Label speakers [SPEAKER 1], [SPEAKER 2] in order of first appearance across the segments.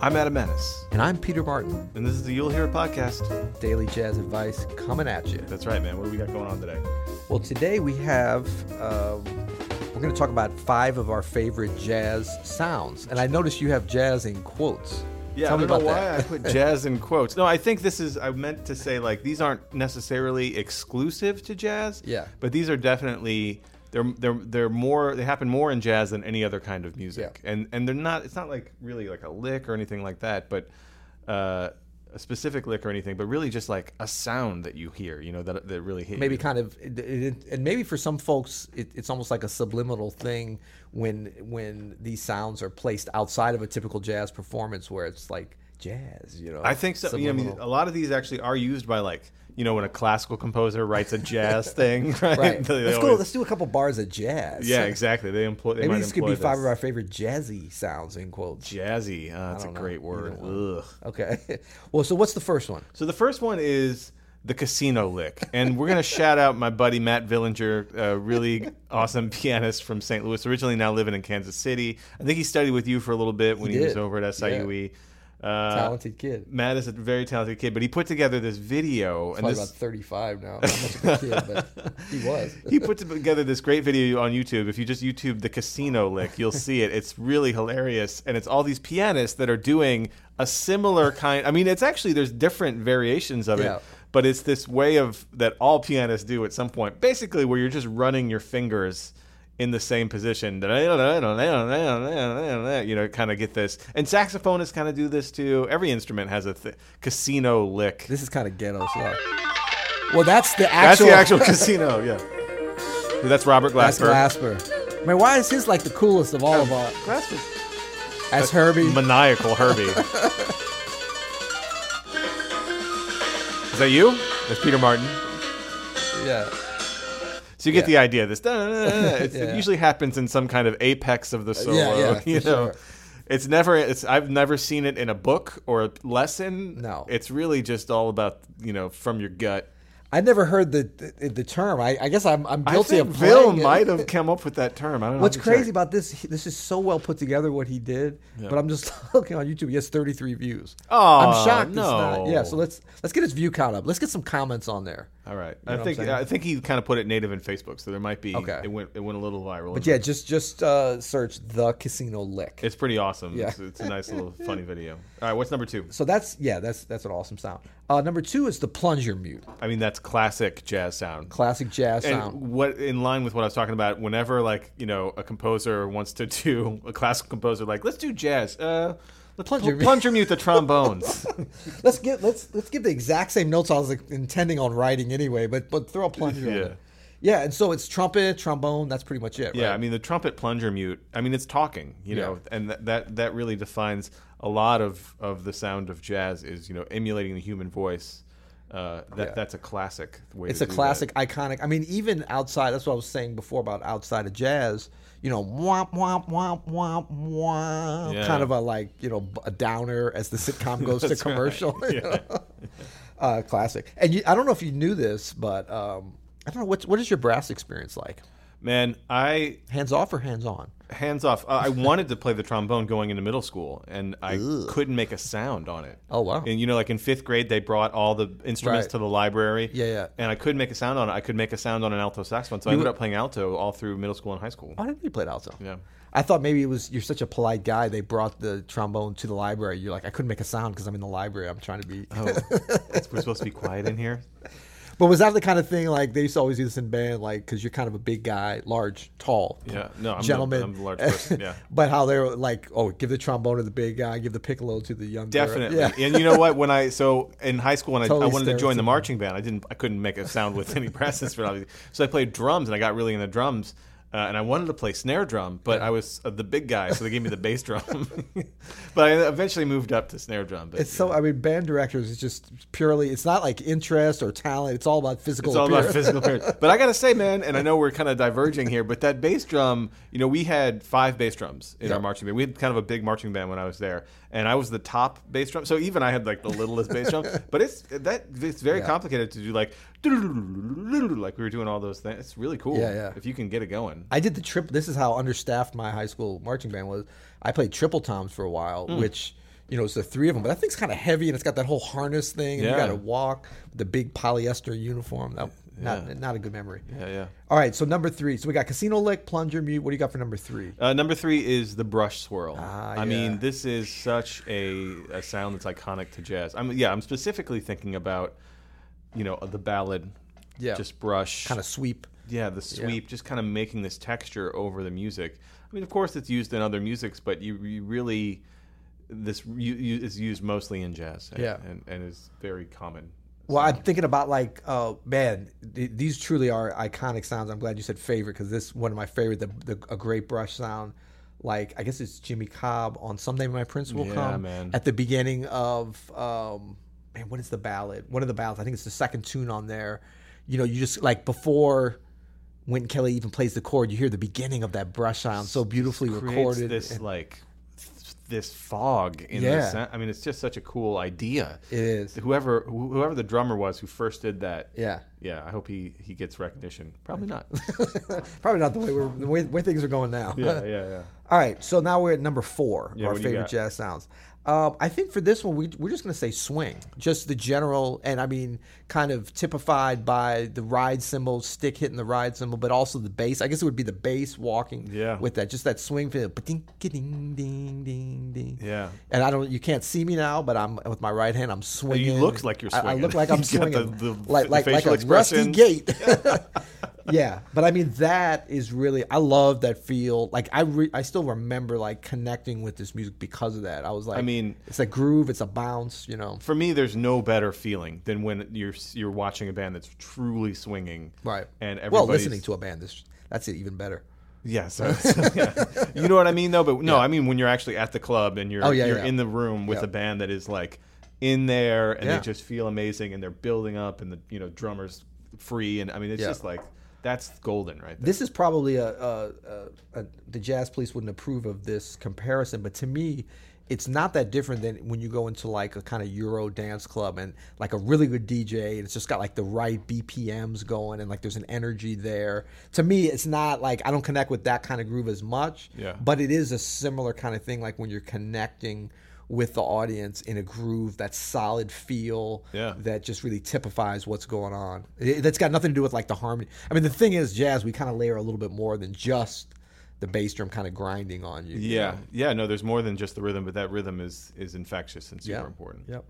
[SPEAKER 1] I'm Adam Menace,
[SPEAKER 2] And I'm Peter Barton,
[SPEAKER 1] and this is the You'll Hear It podcast.
[SPEAKER 2] Daily Jazz Advice coming at you.
[SPEAKER 1] That's right, man. What do we got going on today?
[SPEAKER 2] Well, today we have, um, we're going to talk about five of our favorite jazz sounds. And I noticed you have jazz in quotes.
[SPEAKER 1] Yeah,
[SPEAKER 2] Tell
[SPEAKER 1] I
[SPEAKER 2] me
[SPEAKER 1] don't know
[SPEAKER 2] about
[SPEAKER 1] why
[SPEAKER 2] that.
[SPEAKER 1] I put jazz in quotes. No, I think this is. I meant to say like these aren't necessarily exclusive to jazz.
[SPEAKER 2] Yeah.
[SPEAKER 1] but these are definitely they're they're they're more they happen more in jazz than any other kind of music. And and they're not. It's not like really like a lick or anything like that, but uh, a specific lick or anything. But really just like a sound that you hear. You know that that really hit.
[SPEAKER 2] maybe
[SPEAKER 1] you.
[SPEAKER 2] kind of it- it- and maybe for some folks it, it's almost like a subliminal thing when when these sounds are placed outside of a typical jazz performance where it's like jazz you know
[SPEAKER 1] I think so. You know, I mean,
[SPEAKER 2] subliminal.
[SPEAKER 1] a lot of these actually are used by like you know when a classical composer writes a jazz thing, right?
[SPEAKER 2] right
[SPEAKER 1] They- they
[SPEAKER 2] let's go
[SPEAKER 1] always-
[SPEAKER 2] let's do a couple bars of jazz
[SPEAKER 1] Yeah, exactly. They employ. They
[SPEAKER 2] maybe
[SPEAKER 1] might
[SPEAKER 2] these could
[SPEAKER 1] employ
[SPEAKER 2] be five
[SPEAKER 1] this.
[SPEAKER 2] of our favorite jazzy sounds in quotes
[SPEAKER 1] jazzy. Uh, that's a
[SPEAKER 2] don't know.
[SPEAKER 1] great word.
[SPEAKER 2] Either
[SPEAKER 1] Ugh.
[SPEAKER 2] okay well so what's the first one
[SPEAKER 1] So the first one is the casino lick, and we're gonna shout out my buddy Matt Villinger, a really awesome pianist from St. Louis, originally now living in Kansas City. I think he studied with you for a little bit when he,
[SPEAKER 2] He
[SPEAKER 1] was
[SPEAKER 2] did.
[SPEAKER 1] over at SIUE. Uh,
[SPEAKER 2] talented kid
[SPEAKER 1] Matt is a very talented kid, but he put together this video, and
[SPEAKER 2] probably
[SPEAKER 1] this
[SPEAKER 2] about 35 now not much of a kid but he was
[SPEAKER 1] he put together this great video on YouTube. If you just YouTube the casino lick, you'll see it. It's really hilarious, and it's all these pianists that are doing a similar kind. I mean, it's actually there's different variations of
[SPEAKER 2] Yeah.
[SPEAKER 1] it, but it's this way of that all pianists do at some point, basically where you're just running your fingers in the same position. You know, kind of get this, and saxophonists kind of do this too. Every instrument has a th- casino lick.
[SPEAKER 2] this is kind of ghetto stuff well that's the
[SPEAKER 1] That's
[SPEAKER 2] actual
[SPEAKER 1] the actual casino, yeah. That's Robert
[SPEAKER 2] That's
[SPEAKER 1] Glasper.
[SPEAKER 2] Glasper. I mean, why is his like the coolest of all of our?
[SPEAKER 1] Glasper's
[SPEAKER 2] That's Herbie.
[SPEAKER 1] maniacal Herbie. Is that you? That's Peter Martin.
[SPEAKER 2] Yeah.
[SPEAKER 1] So you get
[SPEAKER 2] Yeah.
[SPEAKER 1] the idea. This da- da- da- da- it's,
[SPEAKER 2] Yeah. Uh,
[SPEAKER 1] it usually happens in some kind of apex of the solo.
[SPEAKER 2] yeah, for
[SPEAKER 1] you know,
[SPEAKER 2] sure.
[SPEAKER 1] it's never. It's I've never seen it in a book or a lesson.
[SPEAKER 2] No.
[SPEAKER 1] it's really just all about you know from your gut.
[SPEAKER 2] I never heard the the, the term. I, I guess I'm, I'm guilty
[SPEAKER 1] I think
[SPEAKER 2] of
[SPEAKER 1] Bill
[SPEAKER 2] playing it.
[SPEAKER 1] might have come up with that term. I don't know.
[SPEAKER 2] What's
[SPEAKER 1] I'll have to check.
[SPEAKER 2] crazy about this? he- This is so well put together what he did, but I'm just looking on YouTube. He has 33 views.
[SPEAKER 1] Aw,
[SPEAKER 2] I'm shocked. It's not.
[SPEAKER 1] Oh, no.
[SPEAKER 2] Yeah. So let's let's get his view count up. Let's get some comments on there.
[SPEAKER 1] All right.
[SPEAKER 2] know what
[SPEAKER 1] I
[SPEAKER 2] I'm
[SPEAKER 1] think
[SPEAKER 2] saying?
[SPEAKER 1] I think he kind of put it native in Facebook, so there might be.
[SPEAKER 2] Okay.
[SPEAKER 1] It went it went a little viral.
[SPEAKER 2] But yeah, just just uh, search the casino lick.
[SPEAKER 1] it's pretty awesome.
[SPEAKER 2] Yeah.
[SPEAKER 1] It's, it's a nice little funny video. All right, what's number two?
[SPEAKER 2] so that's yeah, that's that's an awesome sound. Uh, number two is the plunger mute,
[SPEAKER 1] I mean, that's classic jazz sound.
[SPEAKER 2] classic jazz
[SPEAKER 1] and
[SPEAKER 2] sound.
[SPEAKER 1] what in line with what I was talking about? Whenever like you know a composer wants to do a classical composer, like let's do jazz. Uh, let's plunger,
[SPEAKER 2] Plunger mute.
[SPEAKER 1] plunger mute the trombones.
[SPEAKER 2] Let's give let's let's give the exact same notes I was like, intending on writing anyway, but but throw a plunger on
[SPEAKER 1] Yeah.
[SPEAKER 2] it. Yeah, and so it's trumpet, trombone. That's pretty much it.
[SPEAKER 1] Yeah,
[SPEAKER 2] right?
[SPEAKER 1] I mean the trumpet plunger mute. I mean it's talking, you
[SPEAKER 2] Yeah.
[SPEAKER 1] know, and that, that that really defines a lot of of the sound of jazz is you know emulating the human voice. Uh, that
[SPEAKER 2] Yeah.
[SPEAKER 1] that's a classic way.
[SPEAKER 2] it's
[SPEAKER 1] to
[SPEAKER 2] a
[SPEAKER 1] do that.
[SPEAKER 2] classic, iconic. I mean, even outside. That's what I was saying before about outside of jazz. You know, womp womp womp womp womp.
[SPEAKER 1] Yeah.
[SPEAKER 2] Kind of a like you know b- a downer as the sitcom goes to
[SPEAKER 1] That's right.
[SPEAKER 2] commercial. you
[SPEAKER 1] Yeah.
[SPEAKER 2] know? uh, classic. And you, I don't know if you knew this, but um, I don't know what's what is your brass experience like?
[SPEAKER 1] Man, I
[SPEAKER 2] Hands off or hands on?
[SPEAKER 1] hands off. Uh, I wanted to play the trombone going into middle school, and I
[SPEAKER 2] Ugh.
[SPEAKER 1] couldn't make a sound on it.
[SPEAKER 2] Oh wow.
[SPEAKER 1] And you know, like in fifth grade, they brought all the instruments
[SPEAKER 2] Right.
[SPEAKER 1] to the library.
[SPEAKER 2] Yeah, yeah.
[SPEAKER 1] And I couldn't make a sound on it. I could make a sound on an alto saxophone, so I ended up playing alto all through middle school and high school.
[SPEAKER 2] Why didn't you play alto?
[SPEAKER 1] Yeah.
[SPEAKER 2] I thought maybe it was you're such a polite guy. They brought the trombone to the library. You're like, I couldn't make a sound because I'm in the library. I'm trying to be.
[SPEAKER 1] Oh, we're supposed to be quiet in here.
[SPEAKER 2] But was that the kind of thing like they used to always do this in band, like because you're kind of a big guy, large, tall,
[SPEAKER 1] Yeah, no, I'm the-
[SPEAKER 2] gentleman,
[SPEAKER 1] I'm the large person, yeah.
[SPEAKER 2] but how they're like, oh, give the trombone to the big guy, give the piccolo to the young. girl."
[SPEAKER 1] Definitely.
[SPEAKER 2] Yeah.
[SPEAKER 1] And you know what? When I so in high school when I, I
[SPEAKER 2] Totally
[SPEAKER 1] wanted to join the
[SPEAKER 2] stereotypical.
[SPEAKER 1] marching band, I didn't I couldn't make a sound with any brass instrument. Obviously. So I played drums and I got really into drums. Uh, and I wanted to play snare drum, but I was uh, the big guy, so they gave me the bass drum. but I eventually moved up to snare drum. But
[SPEAKER 2] It's so I mean, band directors is just purely. It's not like interest or talent. It's all about physical.
[SPEAKER 1] It's all about
[SPEAKER 2] appearance.
[SPEAKER 1] physical appearance. But I gotta say, man, and I know we're kind of diverging here, but that bass drum, you know, we had five bass drums in our
[SPEAKER 2] Yeah.
[SPEAKER 1] marching band. We had kind of a big marching band when I was there, and I was the top bass drum. So even I had like the littlest bass drum. But it's that it's very
[SPEAKER 2] Yeah.
[SPEAKER 1] complicated to do like like we were doing all those things. It's really cool.
[SPEAKER 2] Yeah, yeah.
[SPEAKER 1] If you can get it going.
[SPEAKER 2] I did the
[SPEAKER 1] Mm.
[SPEAKER 2] trip. This is how understaffed my high school marching band was. I played triple toms for a while, which you know, it's the three of them. But that thing's kind of heavy, and it's got that whole harness thing, and
[SPEAKER 1] Yeah.
[SPEAKER 2] you got to walk the big polyester uniform. That,
[SPEAKER 1] Yeah.
[SPEAKER 2] Not not a good memory.
[SPEAKER 1] Yeah, yeah.
[SPEAKER 2] All right, so number three. So we got Casino Lick, Plunger Mute. What do you got for number three?
[SPEAKER 1] Uh, number three is the brush swirl.
[SPEAKER 2] Ah,
[SPEAKER 1] I
[SPEAKER 2] yeah.
[SPEAKER 1] mean, this is such a, a sound that's iconic to jazz. I'm yeah, I'm specifically thinking about, you know, the ballad,
[SPEAKER 2] Yeah.
[SPEAKER 1] just brush,
[SPEAKER 2] Kind of sweep.
[SPEAKER 1] yeah, the sweep, just kind of making this texture over the music. I mean, of course, it's used in other musics, but you, you really this you, you, is used mostly in jazz. And,
[SPEAKER 2] Yeah.
[SPEAKER 1] and, and is very common.
[SPEAKER 2] Well, I'm thinking about like, oh man, th- these truly are iconic sounds. I'm glad you said favorite because this one of my favorite, the, the a great brush sound. Like I guess it's Jimmy Cobb on "Someday My Prince Will
[SPEAKER 1] Yeah,
[SPEAKER 2] Come"
[SPEAKER 1] man.
[SPEAKER 2] at the beginning of um, man, what is the ballad? One of the ballads. I think it's the second tune on there. You know, you just like before when Kelly even plays the chord, you hear the beginning of that brush sound so beautifully
[SPEAKER 1] Creates
[SPEAKER 2] recorded.
[SPEAKER 1] this
[SPEAKER 2] and-
[SPEAKER 1] like th- this fog in the
[SPEAKER 2] Yeah.
[SPEAKER 1] sound. I mean, it's just such a cool idea.
[SPEAKER 2] it is,
[SPEAKER 1] whoever wh- whoever the drummer was who first did that.
[SPEAKER 2] yeah.
[SPEAKER 1] Yeah, I hope he he gets recognition. Probably not.
[SPEAKER 2] Probably not the way we're the way, way things are going now.
[SPEAKER 1] yeah, yeah, yeah.
[SPEAKER 2] All right, so now we're at number four,
[SPEAKER 1] Yeah,
[SPEAKER 2] our
[SPEAKER 1] what do you
[SPEAKER 2] favorite
[SPEAKER 1] got?
[SPEAKER 2] jazz sounds. Um, I think for this one, we, we're just going to say swing, just the general, and I mean, kind of typified by the ride cymbal, stick hitting the ride cymbal, but also the bass. I guess it would be the bass walking
[SPEAKER 1] Yeah.
[SPEAKER 2] with that, just that swing feel. Ding, ding, ding, ding, ding.
[SPEAKER 1] Yeah.
[SPEAKER 2] And I don't, you can't see me now, but I'm with my right hand, I'm swinging.
[SPEAKER 1] You look like you're
[SPEAKER 2] I- I,
[SPEAKER 1] swinging.
[SPEAKER 2] look like I'm
[SPEAKER 1] You got the-
[SPEAKER 2] swinging,
[SPEAKER 1] the
[SPEAKER 2] like
[SPEAKER 1] f-
[SPEAKER 2] like like
[SPEAKER 1] facial
[SPEAKER 2] a rusty
[SPEAKER 1] expressions.
[SPEAKER 2] gate. yeah, but I mean that is really I love that feel. Like I re, I still remember like connecting with this music because of that. I was like,
[SPEAKER 1] I mean-
[SPEAKER 2] it's a groove, it's a bounce, you know.
[SPEAKER 1] For me, there's no better feeling than when you're s- you're watching a band that's truly swinging.
[SPEAKER 2] Right.
[SPEAKER 1] And
[SPEAKER 2] well,
[SPEAKER 1] everybody's
[SPEAKER 2] listening to a band is that's even better.
[SPEAKER 1] Yeah, so, so, yeah. you know what I mean though. But no, I mean when you're actually at the club and you're
[SPEAKER 2] Oh, yeah,
[SPEAKER 1] you're
[SPEAKER 2] yeah.
[SPEAKER 1] in the room with
[SPEAKER 2] Yeah.
[SPEAKER 1] a band that is like in there and
[SPEAKER 2] Yeah.
[SPEAKER 1] they just feel amazing and they're building up and the you know drummers free and I mean it's
[SPEAKER 2] Yeah.
[SPEAKER 1] just like that's golden right there.
[SPEAKER 2] This is probably a, a, a, a the jazz police wouldn't approve of this comparison, but to me, it's not that different than when you go into like a kind of Euro dance club and like a really good DJ, and it's just got like the right BPMs going, and like there's an energy there. To me, it's not like I don't connect with that kind of groove as much,
[SPEAKER 1] Yeah.
[SPEAKER 2] but it is a similar kind of thing, like when you're connecting with the audience in a groove that's solid feel
[SPEAKER 1] Yeah.
[SPEAKER 2] that just really typifies what's going on. It- That's got nothing to do with like the harmony. I mean, the thing is, jazz we kind of layer a little bit more than just the bass drum kind of grinding on you. you
[SPEAKER 1] yeah,
[SPEAKER 2] know?
[SPEAKER 1] yeah. No, there's more than just the rhythm, but that rhythm is is infectious and super
[SPEAKER 2] Yeah.
[SPEAKER 1] important.
[SPEAKER 2] Yep.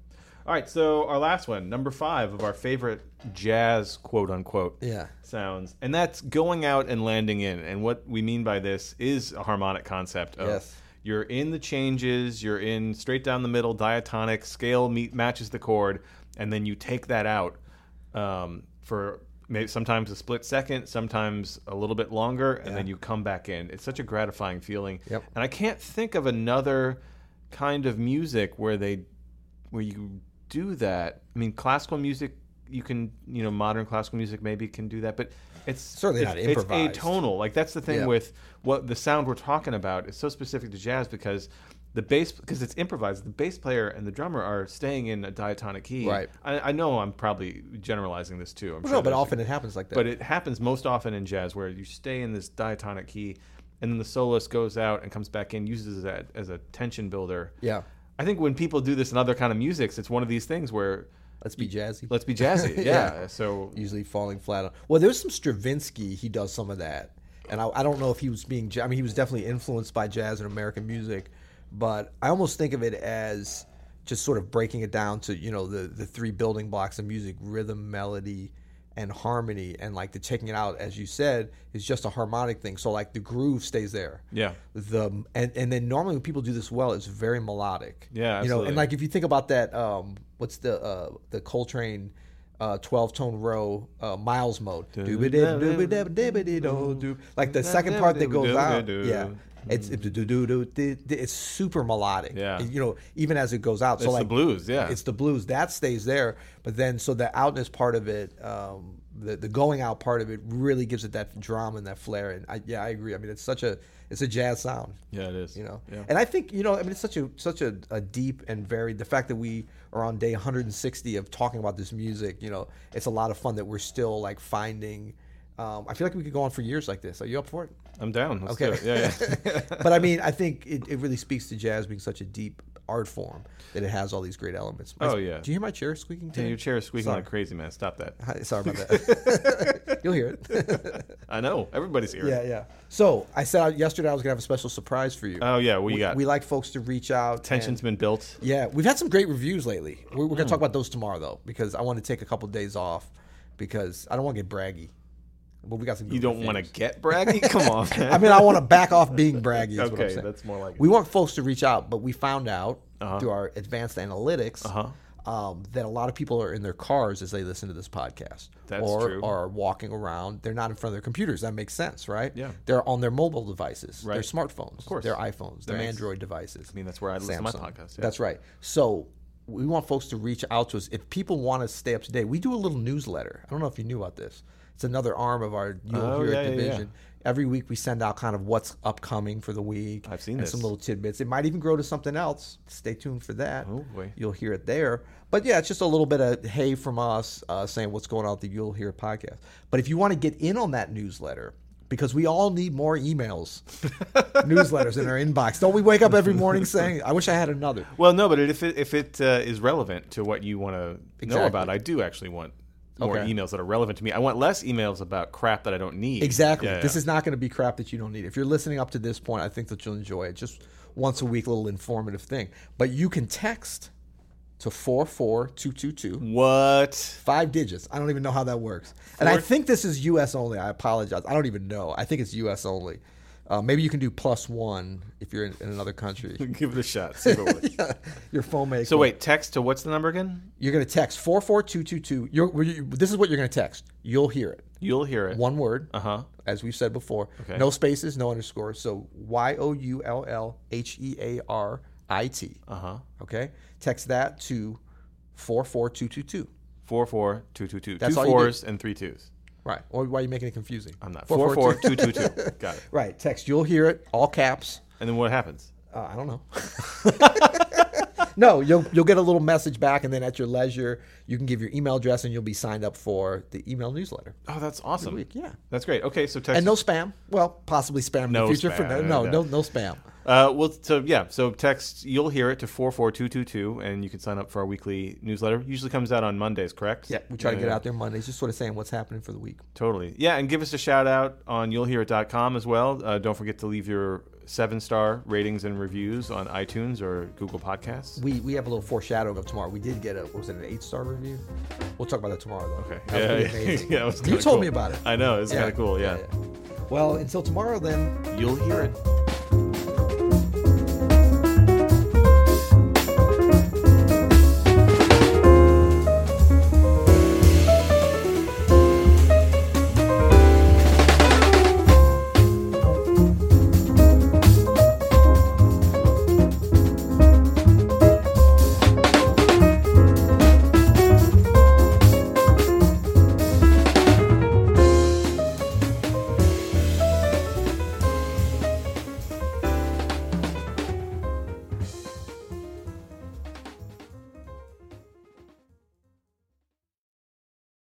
[SPEAKER 1] All right, so our last one, number five of our favorite jazz quote unquote
[SPEAKER 2] Yeah.
[SPEAKER 1] sounds, and that's going out and landing in. And what we mean by this is a harmonic concept of
[SPEAKER 2] Yes.
[SPEAKER 1] you're in the changes, you're in straight down the middle, diatonic scale meet, matches the chord, and then you take that out um, for maybe sometimes a split second, sometimes a little bit longer, and then you come back in. It's such a gratifying feeling,
[SPEAKER 2] Yep.
[SPEAKER 1] and I can't think of another kind of music where they where you do that. I mean, classical music, you can, you know, modern classical music maybe can do that, but it's
[SPEAKER 2] Certainly
[SPEAKER 1] it's,
[SPEAKER 2] not
[SPEAKER 1] it's
[SPEAKER 2] improvised.
[SPEAKER 1] atonal. Like that's the thing
[SPEAKER 2] Yeah.
[SPEAKER 1] with what the sound we're talking about is so specific to jazz because the bass because it's improvised. The bass player and the drummer are staying in a diatonic key.
[SPEAKER 2] Right.
[SPEAKER 1] I, I know I'm probably generalizing this too. I'm
[SPEAKER 2] No, but
[SPEAKER 1] there's a-
[SPEAKER 2] often it happens like that.
[SPEAKER 1] but it happens most often in jazz where you stay in this diatonic key and then the soloist goes out and comes back in, uses that as a tension builder.
[SPEAKER 2] yeah.
[SPEAKER 1] I think when people do this in other kind of musics, it's one of these things where
[SPEAKER 2] Let's be jazzy.
[SPEAKER 1] let's be jazzy. Yeah.
[SPEAKER 2] Yeah.
[SPEAKER 1] So
[SPEAKER 2] usually falling flat on. Well, there's some Stravinsky. He does some of that, and I, I don't know if he was being. ja- I mean, he was definitely influenced by jazz and American music, but I almost think of it as just sort of breaking it down to you know the the three building blocks of music: rhythm, melody, and harmony. And like the taking it out, as you said, is just a harmonic thing. So like the groove stays there
[SPEAKER 1] yeah.
[SPEAKER 2] the and, and then normally when people do this well, it's very melodic.
[SPEAKER 1] Yeah,
[SPEAKER 2] you know, and
[SPEAKER 1] absolutely.
[SPEAKER 2] like if you think about that, um, what's the uh, the Coltrane uh, twelve tone row uh, Miles mode? Doo-ba-dab-doo-ba-dab-dab-dee-doo-doo. Like the second part that goes out, yeah, it's it's super melodic.
[SPEAKER 1] Yeah.
[SPEAKER 2] you know, even as it goes out. So
[SPEAKER 1] It's the
[SPEAKER 2] like
[SPEAKER 1] blues. Yeah.
[SPEAKER 2] it's the blues that stays there but then so the outness part of it um, the, the going out part of it really gives it that drama and that flair and I, yeah i agree i mean it's such a it's a jazz sound
[SPEAKER 1] yeah, it is.
[SPEAKER 2] you know
[SPEAKER 1] Yeah.
[SPEAKER 2] and i think you know i mean it's such a such a, a deep and varied the fact that we are on day 160 of talking about this music you know it's a lot of fun that we're still like finding Um, I feel like we could go on for years like this. Are you up for it?
[SPEAKER 1] I'm down. Let's
[SPEAKER 2] Okay.
[SPEAKER 1] do it. Yeah, yeah.
[SPEAKER 2] but I mean, I think it, it really speaks to jazz being such a deep art form that it has all these great elements. My-
[SPEAKER 1] Oh, yeah.
[SPEAKER 2] Do you hear my chair squeaking?
[SPEAKER 1] Hey,
[SPEAKER 2] today?
[SPEAKER 1] your chair is squeaking
[SPEAKER 2] Sorry.
[SPEAKER 1] like crazy, man. Stop that.
[SPEAKER 2] Hi, Sorry about that. You'll hear it.
[SPEAKER 1] I know. Everybody's here.
[SPEAKER 2] yeah, yeah. So I said out yesterday I was gonna have a special surprise for you.
[SPEAKER 1] Oh yeah, what you got?
[SPEAKER 2] we like folks to reach out.
[SPEAKER 1] Tension's
[SPEAKER 2] and-
[SPEAKER 1] been built.
[SPEAKER 2] yeah, we've had some great reviews lately. We're, we're gonna
[SPEAKER 1] Hmm.
[SPEAKER 2] talk about those tomorrow though, because I want to take a couple days off because I don't want to get braggy. But we got some.
[SPEAKER 1] You don't want to get braggy? Come on, man.
[SPEAKER 2] I mean, I want to back off being braggy. Is what I'm
[SPEAKER 1] okay,
[SPEAKER 2] saying.
[SPEAKER 1] that's more like it. Uh-huh.
[SPEAKER 2] We want folks to reach out, but we found out through our advanced analytics um, that a lot of people are in their cars as they listen to this podcast.
[SPEAKER 1] That's
[SPEAKER 2] or
[SPEAKER 1] true.
[SPEAKER 2] are walking around. They're not in front of their computers. That makes sense, right?
[SPEAKER 1] Yeah.
[SPEAKER 2] They're on their mobile devices, their
[SPEAKER 1] Right.
[SPEAKER 2] smartphones, of
[SPEAKER 1] course.
[SPEAKER 2] their iPhones, their
[SPEAKER 1] makes-
[SPEAKER 2] Android devices.
[SPEAKER 1] I mean, that's where I listen to my podcast. Yeah.
[SPEAKER 2] That's right. So we want folks to reach out to us. If people want to stay up to date, we do a little newsletter. I don't know if you knew about this. It's another arm of our You'll
[SPEAKER 1] Oh,
[SPEAKER 2] Hear It
[SPEAKER 1] yeah, yeah, yeah.
[SPEAKER 2] division. Every week we send out kind of what's upcoming for the week.
[SPEAKER 1] I've seen
[SPEAKER 2] and
[SPEAKER 1] this.
[SPEAKER 2] some little tidbits. It might even grow to something else. Stay tuned for that.
[SPEAKER 1] Oh, boy.
[SPEAKER 2] You'll hear it there. But yeah, it's just a little bit of hey from us uh, saying what's going on with the You'll Hear It podcast. But if you want to get in on that newsletter, because we all need more emails, newsletters in our inbox. Don't we wake up every morning saying, I wish I had another?
[SPEAKER 1] well, no, but if it if it uh, is relevant to what you want to know
[SPEAKER 2] Exactly.
[SPEAKER 1] about, I do actually want more
[SPEAKER 2] Okay.
[SPEAKER 1] emails that are relevant to me. I want less emails about crap that I don't need.
[SPEAKER 2] Exactly.
[SPEAKER 1] Yeah,
[SPEAKER 2] This
[SPEAKER 1] yeah.
[SPEAKER 2] is not going to be crap that you don't need. If you're listening up to this point, I think that you'll enjoy it. Just once a week, little informative thing. But you can text to 44222,
[SPEAKER 1] what.
[SPEAKER 2] five digits. I don't even know how that works. And I think this is US only. I apologize. I don't even know. I think it's US only. Uh, maybe you can do plus one if you're in, in another country.
[SPEAKER 1] Give it a shot. See what works.
[SPEAKER 2] Your phone makes.
[SPEAKER 1] So wait, text to what's the number again?
[SPEAKER 2] You're going to text 44222. You're, you this is what you're going to text. You'll hear it.
[SPEAKER 1] You'll hear it.
[SPEAKER 2] One word.
[SPEAKER 1] Uh huh.
[SPEAKER 2] as we've said before.
[SPEAKER 1] Okay.
[SPEAKER 2] No spaces, no underscores. So Y O U L L H E A R I T.
[SPEAKER 1] Uh huh.
[SPEAKER 2] Okay. Text that to 44222.
[SPEAKER 1] Four four two two two. Two
[SPEAKER 2] That's all you do.
[SPEAKER 1] fours and three twos.
[SPEAKER 2] Right. Or why are you making it confusing?
[SPEAKER 1] I'm not. Four
[SPEAKER 2] 442.
[SPEAKER 1] four two two two. Got it.
[SPEAKER 2] Right. Text. You'll hear it. All caps.
[SPEAKER 1] And then what happens?
[SPEAKER 2] Uh, I don't know. no, you'll you'll get a little message back, and then at your leisure, you can give your email address, and you'll be signed up for the email newsletter.
[SPEAKER 1] Oh, that's awesome.
[SPEAKER 2] Week, yeah.
[SPEAKER 1] That's great. Okay, so text.
[SPEAKER 2] And no spam. Well, possibly spam in
[SPEAKER 1] No
[SPEAKER 2] the future. For, no,
[SPEAKER 1] spam,
[SPEAKER 2] no,
[SPEAKER 1] yeah.
[SPEAKER 2] no, no spam.
[SPEAKER 1] Uh, well, so yeah, so text. You'll hear it to four four two two two, and you can sign up for our weekly newsletter. Usually comes out on Mondays, correct?
[SPEAKER 2] Yeah, we try to get out there Mondays, just sort of saying what's happening for the week.
[SPEAKER 1] Totally. Yeah, and give us a shout out on you'llhearit.com as well. Uh, don't forget to leave your seven star ratings and reviews on iTunes or Google Podcasts.
[SPEAKER 2] We we have a little foreshadowing of tomorrow. We did get a what was it an eight star review? We'll talk about that tomorrow though.
[SPEAKER 1] Okay.
[SPEAKER 2] That was pretty
[SPEAKER 1] yeah,
[SPEAKER 2] amazing.
[SPEAKER 1] yeah, it was
[SPEAKER 2] you
[SPEAKER 1] kinda
[SPEAKER 2] told
[SPEAKER 1] cool.
[SPEAKER 2] me about it.
[SPEAKER 1] I know. It's kind of cool. yeah.
[SPEAKER 2] yeah. Well, until tomorrow then.
[SPEAKER 1] You'll hear it.